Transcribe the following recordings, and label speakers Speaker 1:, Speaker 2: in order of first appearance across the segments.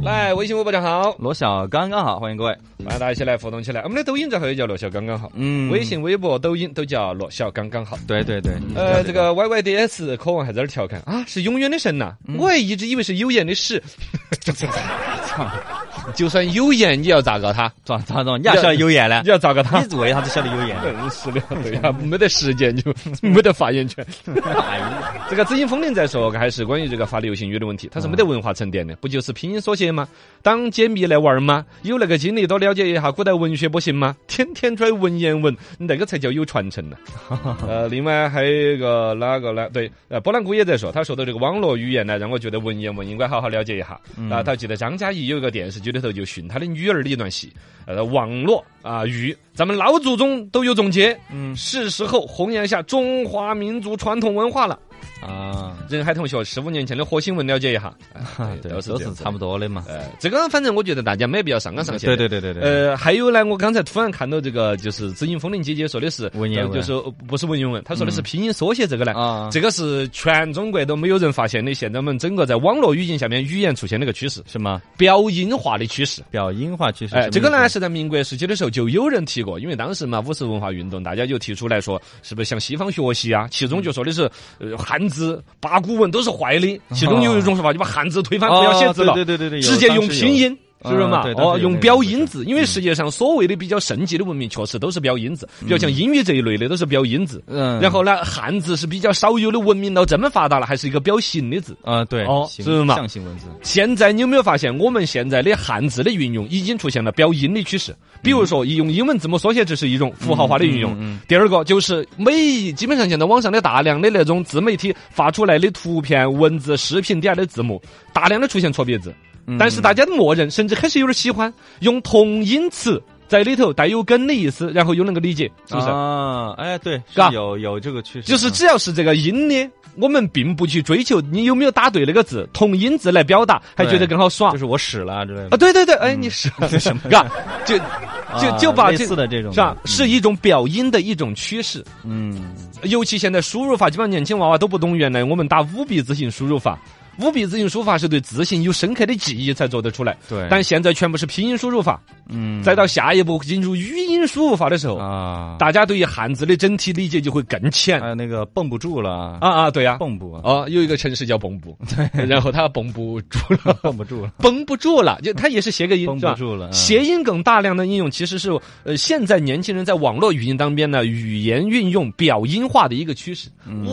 Speaker 1: 来，微信微博账号，
Speaker 2: 罗小刚刚好，欢迎各位。
Speaker 1: 来大家一起来互动起来。我们的抖音账号也叫罗小刚刚好，
Speaker 2: 嗯
Speaker 1: 微信、微博、抖音都叫罗小刚刚好。
Speaker 2: 对对对，
Speaker 1: 呃，这个 Y Y D S 渴望还在那儿调侃啊，是永远的神呐、我也一直以为是有颜的 屎。 就算有颜，你要咋个他？
Speaker 2: 咋咋咋，你还晓得有眼呢
Speaker 1: 你？要咋个他
Speaker 2: 你？是为啥子晓得有眼？
Speaker 1: 真是的，对呀、没得时间 就没得发言权。
Speaker 2: 哎呀，
Speaker 1: 这个紫金风铃在说，还是关于这个发流行语的问题，它是没得文化沉淀的，不就是拼音缩写吗？当解密来玩儿吗？有那个精力多了解一下古代文学不行吗？天天拽文言文，那个才叫有传 承呢、呃，另外还有一个哪个呢？对，呃，波兰姑也在说，他说的这个网络语言呢，让我觉得文言文应该好好了解一下。啊，他记得张嘉译有一个电视剧里头就训他的女儿的一段戏，呃，网络啊语，咱们老祖宗都有总结，
Speaker 2: 嗯
Speaker 1: 是时候弘扬一下中华民族传统文化了。
Speaker 2: 啊，
Speaker 1: 人海同学十五年前的火星文了解一下，哎
Speaker 2: 对，都
Speaker 1: 是这样
Speaker 2: 是差不。多的嘛。
Speaker 1: 呃，这个反正我觉得大家没必要上纲上线。
Speaker 2: 对对对对对，
Speaker 1: 呃，还有呢，我刚才突然看到这个，就是紫金风铃姐姐说的是
Speaker 2: 文言文
Speaker 1: 就是呃不是文言文，她说的是拼音缩写这个呢。
Speaker 2: 啊，
Speaker 1: 呃这个是全中国都没有人发现的，现在我们整个在网络语境下面语言出现了一个趋势，
Speaker 2: 什么
Speaker 1: 标音化的趋势。
Speaker 2: 表音化趋势？
Speaker 1: 哎，
Speaker 2: 什么
Speaker 1: 这个呢
Speaker 2: 意思
Speaker 1: 是在民国时期的时候就有人提过，因为当时嘛五四文化运动，大家就提出来说，是不是向西方学习啊？其中就说的是，呃，汉字、八股文都是坏的。其中有一种说法，就把汉字推翻，不要写字
Speaker 2: 嗯哦
Speaker 1: 了
Speaker 2: 对，对对对，有
Speaker 1: 直接用
Speaker 2: 当时有
Speaker 1: 拼音。是不是嘛
Speaker 2: 啊对？当时有
Speaker 1: 哦，
Speaker 2: 那
Speaker 1: 用
Speaker 2: 个
Speaker 1: 标音字，因为世界上所谓的比较盛极的文明，确实都是标音字，比较像英语这一类的都是标音字。
Speaker 2: 嗯，
Speaker 1: 然后呢，汉字是比较少有的文明到这么发达了，还是一个标形的字。
Speaker 2: 啊，对，
Speaker 1: 哦
Speaker 2: 形
Speaker 1: 是不是嘛
Speaker 2: 象形文字，
Speaker 1: 现在你有没有发现，我们现在的汉字的运用已经出现了标音的趋势？比如说，用英文字母缩写，这是一种符号化的运用。
Speaker 2: 嗯
Speaker 1: 第二个就是每一基本上现在网上的大量的那种自媒体发出来的图片、文字、视频底下的字幕，大量的出现错别字，
Speaker 2: 嗯
Speaker 1: 但是大家的默认甚至开始有点喜欢用同音词在里头带有根的意思，然后又能够理解，是不是？
Speaker 2: 啊，哎，对，是
Speaker 1: 嘎
Speaker 2: 有有这个趋势，
Speaker 1: 就是只要是这个音的，我们并不去追求你有没有打对那个字，同音字来表达，还觉得更好
Speaker 2: 嗯
Speaker 1: 爽
Speaker 2: 就。是我屎了之类
Speaker 1: 啊，
Speaker 2: 的，
Speaker 1: 对对对，哎，你 是什么？嘎，就就
Speaker 2: 啊
Speaker 1: 就把
Speaker 2: 类
Speaker 1: 这
Speaker 2: 似的这种
Speaker 1: 是吧？
Speaker 2: 嗯
Speaker 1: 是一种表音的一种趋势，
Speaker 2: 嗯，
Speaker 1: 尤其现在输入法，基本上年轻娃娃都不懂。原来我们打五笔字形输入法，五笔字形输入法是对字形有深刻的记忆才做得出来。
Speaker 2: 对，
Speaker 1: 但现在全部是拼音输入法，
Speaker 2: 嗯
Speaker 1: 再到下一步进入语音输入法的时候，
Speaker 2: 啊，
Speaker 1: 大家对于汉字的整体理解就会更浅。
Speaker 2: 还有那个绷不住了，
Speaker 1: 啊啊，对呀、
Speaker 2: 绷不啊，
Speaker 1: 哦，有一个城市叫蚌埠，然后它绷不住了，
Speaker 2: 绷不住了，
Speaker 1: 绷不住了，就它也是谐个音，
Speaker 2: 绷
Speaker 1: 是吧
Speaker 2: 不住了，嗯
Speaker 1: 谐音梗大量的应用，其实是呃现在年轻人在网络语音当边呢，语言运用表音化的一个趋势。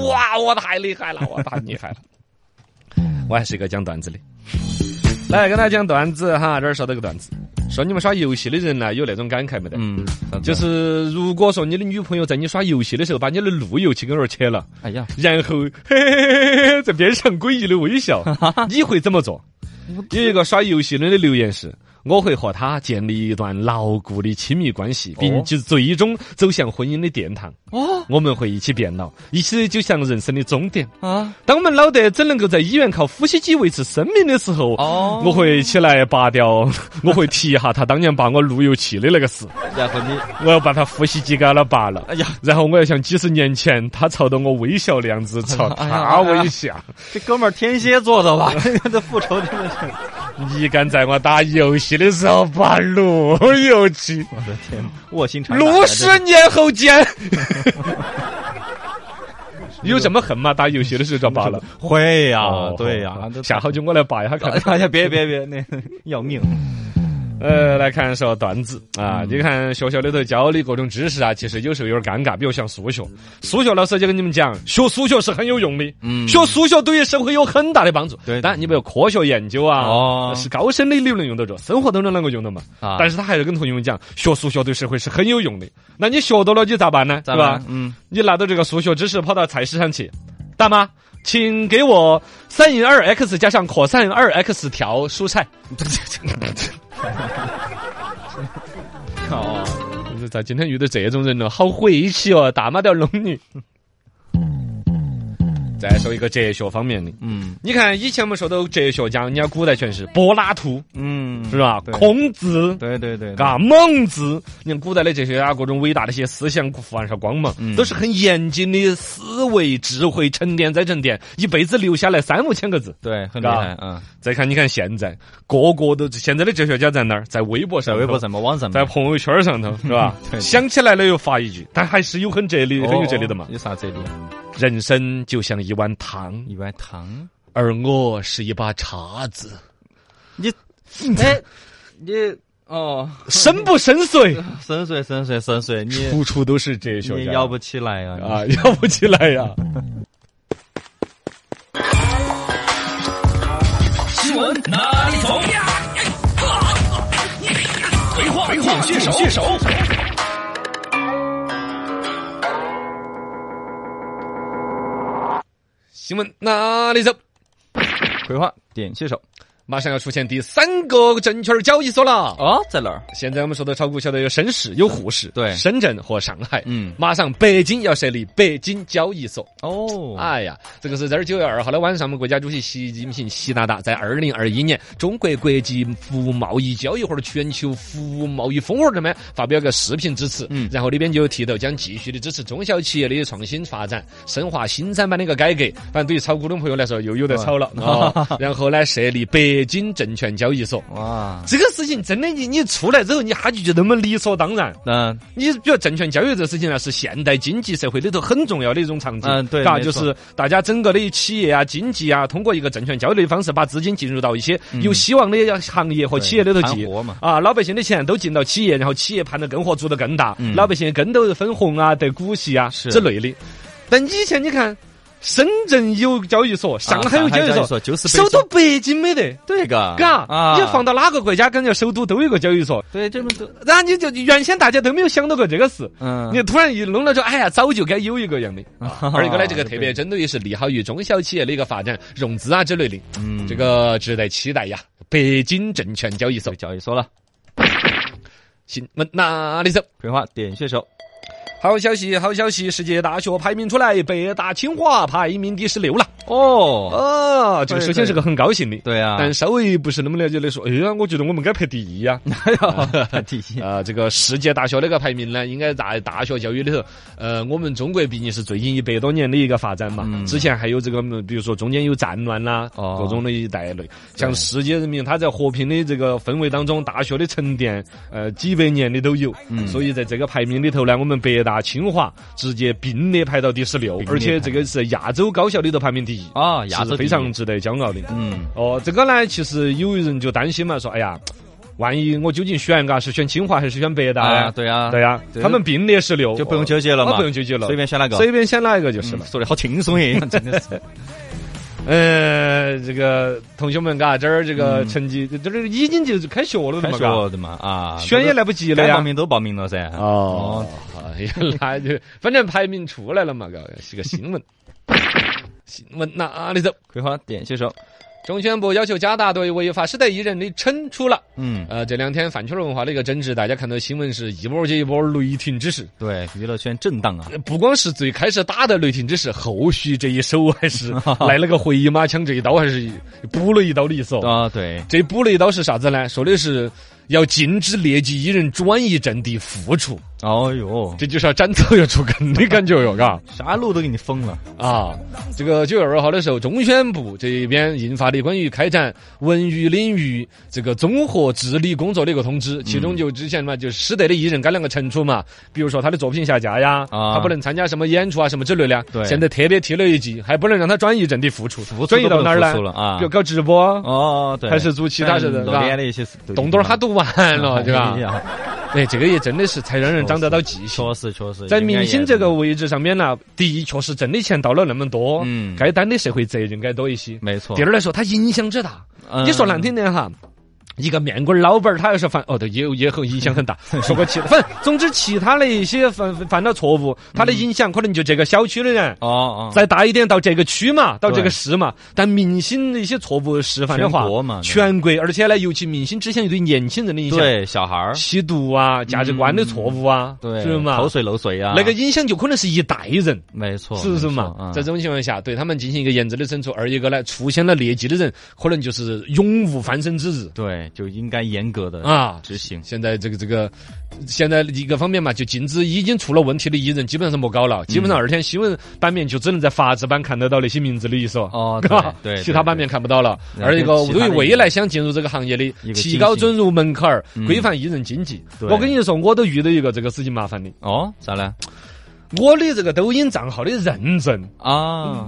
Speaker 1: 哇，我太厉害了，我太厉害了！我还是一个讲段子的。来跟大家讲段子哈，这儿说到个段子，说你们耍游戏的人呢有那种感慨没得？
Speaker 2: 嗯，
Speaker 1: 就是如果说你的女朋友在你耍游戏的时候把你的路由器给那儿切了，
Speaker 2: 哎呀，
Speaker 1: 然后嘿嘿嘿嘿在边上诡异的微笑，你会怎么做？有一个耍游戏的的留言是。我会和他建立一段牢固的亲密关系，并且最终走向婚姻的殿堂。
Speaker 2: 哦
Speaker 1: 我们会一起变老，一起走向人生的终点。
Speaker 2: 啊
Speaker 1: 当我们老得只能够在医院靠呼吸机维持生命的时候，
Speaker 2: 哦
Speaker 1: 我会起来拔掉，我会提一下他当年把我路由器的那个事，
Speaker 2: 然后你，
Speaker 1: 我要把他呼吸机给他拔了。
Speaker 2: 哎呀，
Speaker 1: 然后我要像几十年前他朝到我微笑的样子 朝
Speaker 2: 哎
Speaker 1: 他微笑。
Speaker 2: 这哥们儿天蝎座的 吧？这复仇真的是，
Speaker 1: 你敢在我打游戏的时候把路由 器，
Speaker 2: 我的天， 卧薪尝胆啊
Speaker 1: 六十年后见。有这么恨吗？打游戏的时候就拔了
Speaker 2: 这。会呀
Speaker 1: 哦，
Speaker 2: 啊 对呀，这
Speaker 1: 下好久我来拔一下看。
Speaker 2: 哎呀，别别别，那 要命！
Speaker 1: 呃，来看说段子啊，
Speaker 2: 嗯
Speaker 1: 你看学校里头教的各种知识啊，其实有时候有点尴尬。比如像数学，数学老师就跟你们讲，学数学是很有用的，
Speaker 2: 嗯
Speaker 1: 学数学对于社会有很大的帮助。
Speaker 2: 对
Speaker 1: 当然你比如科学研究啊，
Speaker 2: 哦
Speaker 1: 是高深的理论用得着，生活当中能够用得嘛。
Speaker 2: 啊
Speaker 1: 但是他还是跟同学们讲，学数学对社会是很有用的。那你学到了，你咋办呢？
Speaker 2: 咋
Speaker 1: 对吧
Speaker 2: 办？？嗯，
Speaker 1: 你拿到这个数学知识，跑到菜市场去，大妈，请给我三引二 x 加上 cos 二 x 条蔬菜。
Speaker 2: 哦，
Speaker 1: 就是咋今天遇到这种人了？好晦气哦！大妈都要弄你。再说一个哲学方面的，
Speaker 2: 嗯
Speaker 1: 你看以前我们说到哲学家，人家古代全是柏拉图，
Speaker 2: 嗯，
Speaker 1: 是吧？
Speaker 2: 对
Speaker 1: 孔子。
Speaker 2: 对对对，
Speaker 1: 嘎，孟子，你看古代的这些啊，各种伟大的一些思想发上光芒，
Speaker 2: 嗯
Speaker 1: 都是很严谨的思维智慧沉淀再沉淀，一辈子留下来三五千个字。
Speaker 2: 对很厉
Speaker 1: 嘎
Speaker 2: 害啊，
Speaker 1: 再看，你看现在，个个都现在的哲学家在哪儿？在微博
Speaker 2: 在
Speaker 1: 上，
Speaker 2: 微博。上面、网上
Speaker 1: 在
Speaker 2: 面，？
Speaker 1: 朋友圈上头是吧
Speaker 2: 对
Speaker 1: 想起来了又发一句，但还是有很哲理、很有哲理的嘛
Speaker 2: 哦。有啥哲理？
Speaker 1: 人生就像一碗汤，
Speaker 2: 一碗汤，
Speaker 1: 而我是一把叉子，
Speaker 2: 你
Speaker 1: 嗯
Speaker 2: 哎，你哦，
Speaker 1: 深不深邃？
Speaker 2: 深邃深邃深邃，你
Speaker 1: 处处都是哲
Speaker 2: 你
Speaker 1: 学家
Speaker 2: 要不起来啊！你
Speaker 1: 啊， 要不起来呀、
Speaker 3: 哪里走？哎北化北化血手血手。
Speaker 1: 新闻哪里走？
Speaker 2: 葵花点穴手
Speaker 1: 马上要出现第三个证券交易所了。
Speaker 2: 哦，在哪儿？
Speaker 1: 现在我们说的炒股，晓得有深市、有沪市、
Speaker 2: 对
Speaker 1: 深圳和上海。
Speaker 2: 嗯
Speaker 1: 马上北京要设立北京交易所。
Speaker 2: 哦，
Speaker 1: 哎呀，这个是在这儿九月二号的晚上，我们国家主席习近平习大大在二零二一年中国国际服务贸易交易或者全球服务贸易峰会上面发表个视频致辞，
Speaker 2: 嗯
Speaker 1: 然后里边就有提到将继续的支持中小企业的创新发展，深化新三板的一个改革。反正对于炒股的朋友来说，又有得炒了
Speaker 2: 哦
Speaker 1: 啊、然后呢，设立北京证券交易所。
Speaker 2: 哇，
Speaker 1: 这个事情真的，你你出来之后，你哈就觉得那么理所当然。
Speaker 2: 那
Speaker 1: 你比如证券交易这事情呢，是现代经济社会里头很重要的一种场景，
Speaker 2: 嗯对
Speaker 1: 嘎，
Speaker 2: 没
Speaker 1: 就
Speaker 2: 错
Speaker 1: 是大家整个的企业啊、经济啊，通过一个证券交易的方式，把资金进入到一些有希望的行业和企业里头去
Speaker 2: 嗯盘活嘛。
Speaker 1: 啊，老百姓的钱都进到企业，然后企业盘得更火，做得更大，
Speaker 2: 嗯
Speaker 1: 老百姓更都分红啊、得股息啊
Speaker 2: 是
Speaker 1: 之类的。但以前你看，深圳有交易所，上海有
Speaker 2: 啊上海交易
Speaker 1: 易
Speaker 2: 所就是北京
Speaker 1: 首都北京没得，
Speaker 2: 对个，
Speaker 1: 嘎，
Speaker 2: 啊，
Speaker 1: 你放到哪个国家，感觉首都都有个交易所。
Speaker 2: 对这么多，
Speaker 1: 然后你就原先大家都没有想到过这个事，
Speaker 2: 嗯，
Speaker 1: 你突然一弄了之后，哎呀，早就该有一个样的。
Speaker 2: 啊
Speaker 1: 而一个呢，这个特别针对于是利好于中小企业的一个发展、融资啊之类的，
Speaker 2: 嗯
Speaker 1: 这个值得期待呀。北京证券交易所
Speaker 2: 被交易所了，
Speaker 1: 新闻哪里走？
Speaker 2: 葵花点穴手，
Speaker 1: 好消息，好消息！世界大学排名出来，北大清华排名第十六了。
Speaker 2: 哦，
Speaker 1: 哦，这个
Speaker 2: 对
Speaker 1: 首先是个很高兴的，
Speaker 2: 对啊，
Speaker 1: 但稍微不是那么了解的说，哎呀，我觉得我们该排第一呀。
Speaker 2: 哎呦，排第 一，
Speaker 1: 啊，这个世界大学那个排名呢，应该在大学教育里头，呃，我们中国毕竟是最近一百多年的一个发展嘛，
Speaker 2: 嗯
Speaker 1: 之前还有这个，嗯比如说中间有战乱啦，
Speaker 2: 哦
Speaker 1: 各种的一带类，像世界人民他在和平的这个氛围当中，大学的沉淀，呃，几百年的都有，
Speaker 2: 嗯
Speaker 1: 所以在这个排名里头呢，我们北大、清华直接并列排到第十六
Speaker 2: 并，列
Speaker 1: 而且
Speaker 2: 排
Speaker 1: 这个是亚洲高校里头排名第一，
Speaker 2: 啊，亚
Speaker 1: 是
Speaker 2: 洲
Speaker 1: 非常，值得骄傲的。
Speaker 2: 嗯，
Speaker 1: 哦，这个呢，其实有人就担心嘛，说哎呀，万一我究竟选嘎是选清华还是选北大
Speaker 2: 哎呀，
Speaker 1: 呀？
Speaker 2: 对啊，
Speaker 1: 对呀，
Speaker 2: 对
Speaker 1: 他们并列十六，
Speaker 2: 就不用纠结了
Speaker 1: 哦
Speaker 2: 嘛，
Speaker 1: 不用纠结了，
Speaker 2: 随便选哪个，
Speaker 1: 随便选哪一个就是了
Speaker 2: 嗯。说的好轻松一样，真的是，
Speaker 1: 呃，这个同学们嘎，这儿这个
Speaker 2: 嗯
Speaker 1: 成绩，这这已经就是开学了的
Speaker 2: 开
Speaker 1: 嘛，
Speaker 2: 学
Speaker 1: 嘎，
Speaker 2: 了的嘛，啊，
Speaker 1: 选也来不及
Speaker 2: 这
Speaker 1: 了
Speaker 2: 个该报
Speaker 1: 呀。
Speaker 2: 名都报名了噻，
Speaker 1: 哦，原来就反正排名出来了嘛，嘎，是个新闻。新闻哪里走？
Speaker 2: 葵花点穴手，
Speaker 1: 中宣部要求加大对违法失德艺人的惩处了。
Speaker 2: 嗯，
Speaker 1: 呃，这两天饭圈文化的一个争执，大家看到新闻是一波接一波雷霆之势。
Speaker 2: 对，娱乐圈震荡啊，
Speaker 1: 呃不光是最开始打的雷霆之势，后续这一手还是来了个回马枪，这一刀还是补了一刀的意思哦。
Speaker 2: 啊，对，
Speaker 1: 这补了一刀是啥子呢？说的是要禁止劣迹艺人转移阵地复出，
Speaker 2: 哦呦，
Speaker 1: 这就是要斩草 要除根的感觉哟，嘎。
Speaker 2: 啥路都给你封了，
Speaker 1: 啊，这个九月二号的时候，中宣部这边印发的关于开展文娱领域这个综合治理工作的一个通知，其中就之前嘛，就是失德的艺人该啷个惩处嘛，比如说他的作品下架呀，
Speaker 2: 啊
Speaker 1: 他不能参加什么演出啊什么之类的。
Speaker 2: 对
Speaker 1: 现在特别提了一句，还不能让他转移阵地复出，转移到哪儿
Speaker 2: 复苏了
Speaker 1: 呢？
Speaker 2: 啊
Speaker 1: 比如？搞直播，
Speaker 2: 哦，对，嗯
Speaker 1: 还是做其他事的，是
Speaker 2: 露
Speaker 1: 吧
Speaker 2: 脸？的一些
Speaker 1: 东东儿他读完 了，对吧
Speaker 2: 哎？呀
Speaker 1: 哎，这个也真的是才让人长得到记性。
Speaker 2: 确实确实，
Speaker 1: 在明星这个位置上面呢，的确是挣的钱到了那么多，
Speaker 2: 嗯
Speaker 1: 该担的社会责任该多一些。
Speaker 2: 没错
Speaker 1: 第，二来说，它影响之大，
Speaker 2: 嗯
Speaker 1: 你说难听点哈。一个面馆儿老板儿，他要是犯哦对，也有也很影响 很大。
Speaker 2: 嗯
Speaker 1: 说过其他，反正总之其他的一些犯犯了错误，他的影响可能就这个小区的人，
Speaker 2: 哦嗯哦，
Speaker 1: 再大一点到这个区嘛，到这
Speaker 2: 对
Speaker 1: 个市嘛。但明星的一些错误示范的话，
Speaker 2: 全国嘛对
Speaker 1: 全国，而且呢，尤其明星之前对年轻人的影响，
Speaker 2: 对小孩儿，
Speaker 1: 吸毒啊、价值观的错误啊，
Speaker 2: 对，
Speaker 1: 是吗？
Speaker 2: 口水漏水啊，
Speaker 1: 那个影响就可能是一代人，
Speaker 2: 没错，
Speaker 1: 是不是
Speaker 2: 没错
Speaker 1: 嘛？
Speaker 2: 啊
Speaker 1: 在这种情况下，对他们进行一个严正的惩处；而一个呢，出现了劣迹的人，可能就是永无翻身之日。
Speaker 2: 对对，就应该严格的
Speaker 1: 啊。
Speaker 2: 执行。
Speaker 1: 现在这个这个，现在一个方面嘛，就禁止已经出了问题的艺人基本上是莫搞了，基本上
Speaker 2: 嗯
Speaker 1: 二天新闻版面就只能在法制版看得到那些名字的意思
Speaker 2: 哦
Speaker 1: 是吧
Speaker 2: 对对
Speaker 1: 其他版面看不到了。
Speaker 2: 对
Speaker 1: 而一个
Speaker 2: 其他的
Speaker 1: 对于未来想进入这个行业的
Speaker 2: 个，
Speaker 1: 提高准入门槛儿，
Speaker 2: 嗯
Speaker 1: 规范艺人经济。
Speaker 2: 对
Speaker 1: 我跟你说，我都遇到一个这个事情麻烦的，
Speaker 2: 哦，咋了？
Speaker 1: 我的这个抖音账号的认证，
Speaker 2: 啊，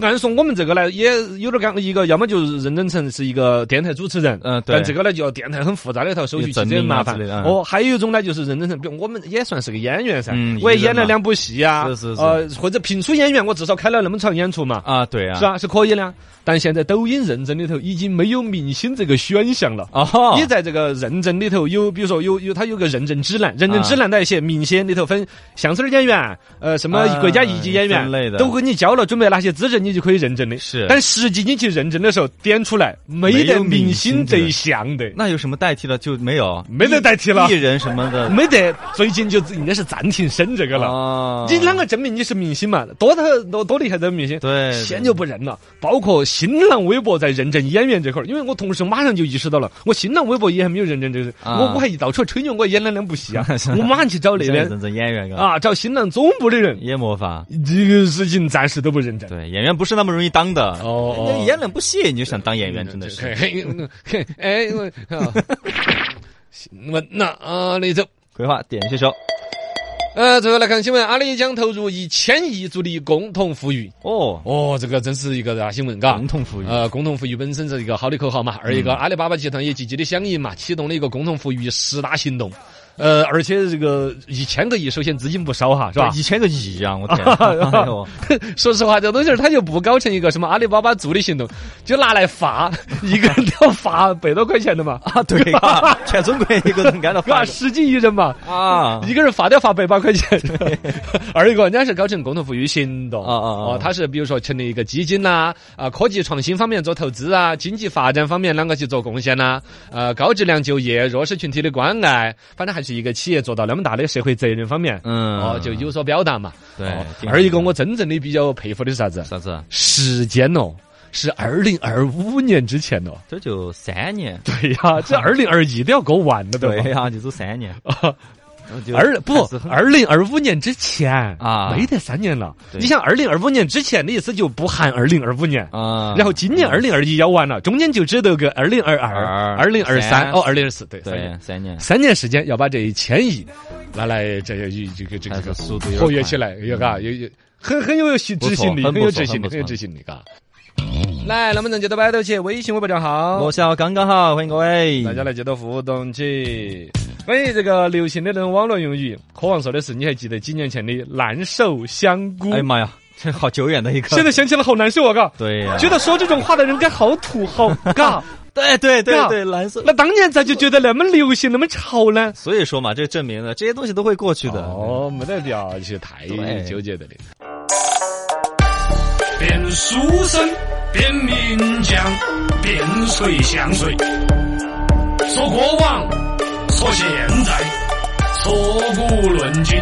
Speaker 1: 按说我们这个呢，也有点讲一个，要么就认证成是一个电台主持人，
Speaker 2: 嗯对
Speaker 1: 但这个呢，就要电台很复杂的一套手续，
Speaker 2: 有
Speaker 1: 其
Speaker 2: 证
Speaker 1: 实很
Speaker 2: 明啊
Speaker 1: 麻烦
Speaker 2: 之类的。嗯
Speaker 1: 哦，还有一种呢，就是认证成，比如我们也算是个演员噻
Speaker 2: 嗯，
Speaker 1: 我也
Speaker 2: 艺人
Speaker 1: 演了
Speaker 2: 嘛
Speaker 1: 两部戏啊，
Speaker 2: 是是是
Speaker 1: 呃，或者评书演员，我至少开了那么场演出嘛，
Speaker 2: 啊，对啊，
Speaker 1: 是啊，是可以的啊。但现在抖音认证里头已经没有明星这个选项了。
Speaker 2: 哦，
Speaker 1: 你在这个认证里头有，比如说有有，它有个认证指南，认证指南那些明显里头分相声演员，呃，什么
Speaker 2: 啊
Speaker 1: 国家一级演员
Speaker 2: 分类的
Speaker 1: 都给你教了，准备哪些资质，你就可以认证的。
Speaker 2: 是
Speaker 1: 但实际你去认证的时候，点出来没
Speaker 2: 没
Speaker 1: 得
Speaker 2: 有
Speaker 1: 明
Speaker 2: 明
Speaker 1: 星
Speaker 2: 星
Speaker 1: 这
Speaker 2: 这
Speaker 1: 一
Speaker 2: 个
Speaker 1: 项的，
Speaker 2: 那有什么代替的就没有？
Speaker 1: 没得代替了
Speaker 2: 艺，人什么的
Speaker 1: 没得，最近就应该是暂停审这个了。
Speaker 2: 啊
Speaker 1: 你啷个证明你是明星嘛？多的多多厉害的明星，
Speaker 2: 哎对
Speaker 1: 钱就不认了。包括新浪微博在认证演员这块儿，因为我同事马上就意识到了，我新浪微博也还没有认证这个，
Speaker 2: 啊
Speaker 1: 我我还一到处吹牛，我演了两部 戏啊，我马上去找那
Speaker 2: 现在
Speaker 1: 边
Speaker 2: 认真演员啊，
Speaker 1: 啊，找新浪总部的人，
Speaker 2: 也没法。
Speaker 1: 这个事情暂时都不认证。
Speaker 2: 对，演员不是那么容易当的。
Speaker 1: 哦哦嗯
Speaker 2: 人家演两部戏你就想当演员，真的是。
Speaker 1: 嘿，嘿哎，我靠新闻啊那里走。
Speaker 2: 葵花点穴手。
Speaker 1: 呃，最后来看新闻，阿里将投入一千亿助力共同富裕。
Speaker 2: 哦，
Speaker 1: 哦，这个真是一个大新闻，嘎。
Speaker 2: 共同富裕。
Speaker 1: 呃，共同富裕嗯本身是一个好的口号嘛，而一个阿里巴巴集团也积极的响应嘛，启动了一个共同富裕十大行动。呃，而且这个一千个亿，首先资金不少哈，是吧？
Speaker 2: 一千个亿啊！我天，哎呦
Speaker 1: 说实话，这东西儿它就不搞成一个什么阿里巴巴做的行动，就拿来 发，一个人都要发百多块钱的嘛，
Speaker 2: 啊，对啊，全中国一个 人干了
Speaker 1: 是吧？
Speaker 2: 饭
Speaker 1: 十几亿人嘛，
Speaker 2: 啊
Speaker 1: 一个人发都要发百把块 钱，而一个人家是搞成共同富裕行动
Speaker 2: 啊啊啊
Speaker 1: 哦，他是比如说成立一个基金呐，啊，科技创新方面做投资啊，经济发展方面啷个去做贡献呐，呃，高质量就业、弱势群体的关爱，反正还是一个企业做到那么大的社会责任方面，
Speaker 2: 嗯
Speaker 1: 哦，就有所表达嘛。
Speaker 2: 对
Speaker 1: 哦
Speaker 2: 挺好
Speaker 1: 而一个我真正的比较佩服的是啥子？
Speaker 2: 啥子？啊
Speaker 1: 时间哦，是二零二五年之前哦。
Speaker 2: 这就三年。
Speaker 1: 对呀、 这二零二一都要过完了，对吧？
Speaker 2: 对呀，就走三年。
Speaker 1: 二啊不
Speaker 2: 还是很
Speaker 1: 二零二五年之前
Speaker 2: 啊
Speaker 1: 没得三年了。
Speaker 2: 对
Speaker 1: 你想二零二五年之前的意思就不含二零二五年，
Speaker 2: 啊，
Speaker 1: 然后今年二零二一要完了，中间就只得个二零二二、二
Speaker 2: 二
Speaker 1: 零二三
Speaker 2: 三
Speaker 1: 哦，二零二四对，三
Speaker 2: 对
Speaker 1: 年
Speaker 2: 三年，
Speaker 1: 三年时间要把这一千亿拿来这这这个这个
Speaker 2: 还
Speaker 1: 这
Speaker 2: 是
Speaker 1: 个
Speaker 2: 速度有点
Speaker 1: 活跃
Speaker 2: 快
Speaker 1: 起来，有嘎有有很很有执
Speaker 2: 不错
Speaker 1: 行力，
Speaker 2: 很
Speaker 1: 很
Speaker 2: 不
Speaker 1: 有
Speaker 2: 错
Speaker 1: 执行
Speaker 2: 很
Speaker 1: 力，
Speaker 2: 不
Speaker 1: 很有
Speaker 2: 错
Speaker 1: 执行力嘎。来，能不能接到摆头去？微信我不账号
Speaker 2: 我笑刚刚好，欢迎各位。
Speaker 1: 哦大家来接到互动起。关于这个流行的那种网络用语，渴望说的是，你还记得几年前的烂手香菇？
Speaker 2: 哎呀妈呀，这好久远的一个。
Speaker 1: 嗯 现在想起来好难受啊！嘎，
Speaker 2: 对呀，
Speaker 1: 觉得说这种话的人该好土豪，嘎。
Speaker 2: 对对
Speaker 1: 对啊
Speaker 2: 对对，蓝色。
Speaker 1: 那当年咋就觉得那么流行，那么潮呢？
Speaker 2: 所以说嘛，这证明了这些东西都会过去的。
Speaker 1: 哦，没得必要去太
Speaker 2: 对
Speaker 1: 纠结的的。
Speaker 3: 变书生，变名将，变谁像谁？说过往，说现在，说古论今。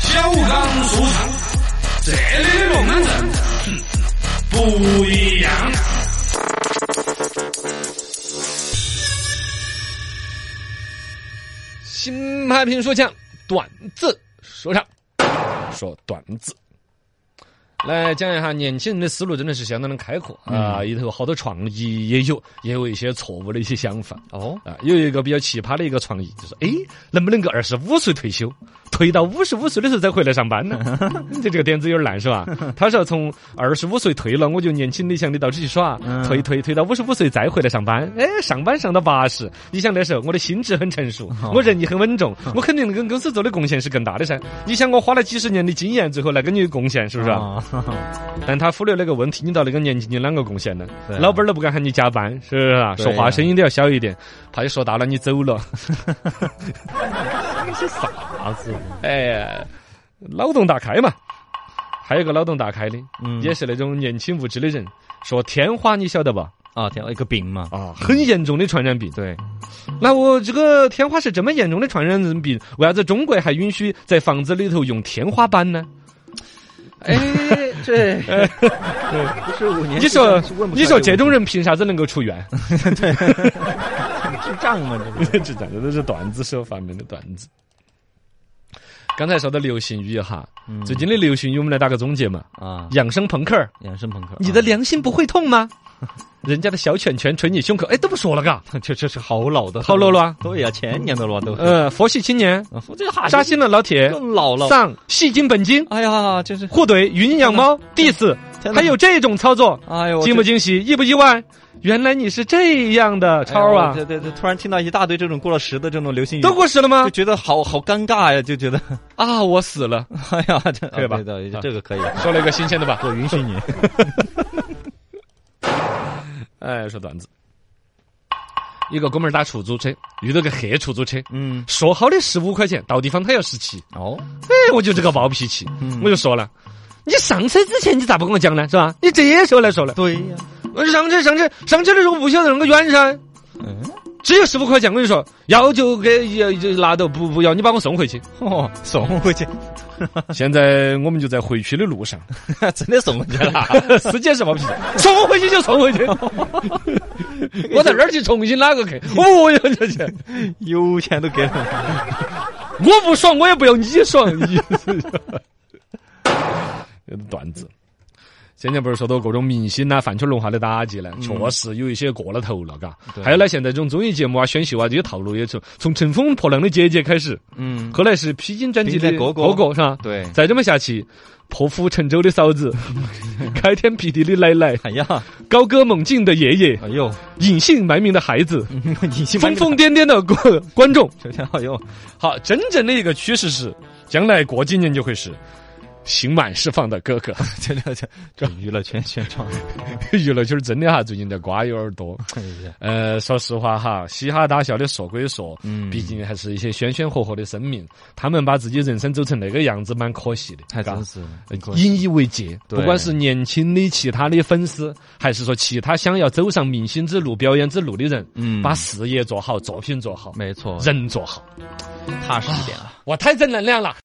Speaker 3: 小刚说唱，这里的龙门阵哼不一样。
Speaker 1: 新派评说讲短字说唱，说短字。来讲一下年轻人的思路真的是相当的开阔啊，里头好多创意也有，也有一些错误的一些想法
Speaker 2: 哦，
Speaker 1: 啊。有一个比较奇葩的一个创意，就是哎，能不能够二十五岁退休，退到五十五岁的时候再回来上班呢？你这这个点子有点烂是吧？他说从二十五岁退了，我就年轻的想的到处去耍，退退退到五十五岁再回来上班，哎，上班上到八十，你想那时候我的心智很成熟，我人也很稳重，我肯定跟公司做的贡献是更大的噻。你想我花了几十年的经验，最后来给你贡献，是不是啊？
Speaker 2: 啊？
Speaker 1: 但他忽略了个问题，你到那个年纪，你啷个贡献呢？
Speaker 2: 对啊
Speaker 1: 老板儿都不敢喊你加班，是不是啊？
Speaker 2: 对
Speaker 1: 说
Speaker 2: 呀
Speaker 1: 话声音都要小一点，怕你说大了你走 了。
Speaker 2: 啥子？
Speaker 1: 哎呀，脑洞大开嘛。还有一个脑洞大开的，
Speaker 2: 嗯
Speaker 1: 也是那种年轻无知的人，说天花你晓得吧？
Speaker 2: 啊，天，一个病嘛。
Speaker 1: 啊，很严重的传染病。
Speaker 2: 对，
Speaker 1: 那我这个天花是这么严重的传染病，为啥子中国还允许在房子里头用天花板呢？
Speaker 2: 哎，这不是五年
Speaker 1: 你
Speaker 2: 级
Speaker 1: 说
Speaker 2: 生是问不出来问 题，
Speaker 1: 你说这种人凭啥子能够出院？
Speaker 2: 智障吗？这不是
Speaker 1: 这讲的都是段子手发明的段子。刚才说到流行语哈，最近的流行语我们来打个总结嘛。
Speaker 2: 嗯啊，
Speaker 1: 养生朋克儿，
Speaker 2: 养生朋克，
Speaker 1: 嗯
Speaker 2: 啊
Speaker 1: 你的良心不会痛吗？ 人家的小拳拳捶你胸口，哎，都不说了嘎。
Speaker 2: 啊这这是好老的，
Speaker 1: 好老了 啊
Speaker 2: 对呀，前年的了都。
Speaker 1: 呃，佛系青 年，
Speaker 2: 啊这哈
Speaker 1: 扎心了老铁，
Speaker 2: 更 老了。
Speaker 1: 上戏精本精，
Speaker 2: 哎呀，真是，
Speaker 1: 互怼云养猫 diss，
Speaker 2: 天哪
Speaker 1: 还有这种操作，
Speaker 2: 哎呦，
Speaker 1: 惊不惊喜，意不意外？原来你是这样的
Speaker 2: 这
Speaker 1: 超
Speaker 2: 哎
Speaker 1: 啊
Speaker 2: 呦！对对对，突然听到一大堆这种过了时的这种流行语，
Speaker 1: 都过啊时了
Speaker 2: 就
Speaker 1: 吗？
Speaker 2: 觉得好好尴尬呀，就觉得，
Speaker 1: 啊，我死了！
Speaker 2: 哎呀，这
Speaker 1: 可以吧
Speaker 2: 啊对对这个可以，
Speaker 1: 说了一个新鲜的吧？
Speaker 2: 我允许你。
Speaker 1: 哎，说段子。一个哥们儿打出租车，遇到个黑出租车，
Speaker 2: 嗯，
Speaker 1: 说好的十五块钱，到地方他要十七。
Speaker 2: 哦，嗯
Speaker 1: 哎，我就这个暴脾气，我就说了，你上车之前你咋不跟我讲呢？是吧？你这时候来说了，
Speaker 2: 对呀，
Speaker 1: 我上车上车上车的时候不晓得啷个远噻，
Speaker 2: 嗯，
Speaker 1: 只有十五块钱，我跟你说，要就给要就拿走，不不要你把我送回去。
Speaker 2: 哦，送回去，
Speaker 1: 现在我们就在回去的路上，
Speaker 2: 真的送回去了。
Speaker 1: 司机也是暴脾气，送我回去就送回 去，我在那儿去重新拉个 客，我要这去。
Speaker 2: 有钱都给了，
Speaker 1: 我不爽，我也不要你爽。你 有点段子。现在不是说到各种明星啊呐、饭圈文化的打击呢，确实有一些过了头了，嘎。还有呢，现在这种综艺节目啊、选秀啊这些套路也从从《乘风破浪的姐姐》开始，
Speaker 2: 嗯，
Speaker 1: 后来是披荆斩棘的
Speaker 2: 披荆斩
Speaker 1: 哥
Speaker 2: 棘
Speaker 1: 哥，是吧？
Speaker 2: 对，
Speaker 1: 再这么下去，破釜沉舟的嫂 子，开天辟地的奶奶，
Speaker 2: 哎呀，
Speaker 1: 高歌猛进的爷爷，
Speaker 2: 哎呦，
Speaker 1: 隐姓埋名的孩子，
Speaker 2: 你去
Speaker 1: 疯疯癫癫的观观众，
Speaker 2: 首先，哎呦，
Speaker 1: 好，真正的一个趋势是，将来过几年就会是刑满释放的哥哥。
Speaker 2: 这这这这娱乐圈宣传，
Speaker 1: 娱乐圈真的哈，最近的瓜有点多。
Speaker 2: 哎呀，
Speaker 1: 呃，说实话哈，嘻哈大笑的说归说，
Speaker 2: 嗯
Speaker 1: 毕竟还是一些鲜鲜活活的生命，他们把自己人生走成那个样子，蛮可惜的，
Speaker 2: 还
Speaker 1: 嘎
Speaker 2: 真是很可惜
Speaker 1: 引以为戒，
Speaker 2: 对
Speaker 1: 不管是年轻的其他的粉丝，还是说其他想要走上明星之路、表演之路的人，
Speaker 2: 嗯
Speaker 1: 把事业做好，作品做好，
Speaker 2: 没错，
Speaker 1: 人做好。
Speaker 2: 踏实一点啊。
Speaker 1: 我太正能量了。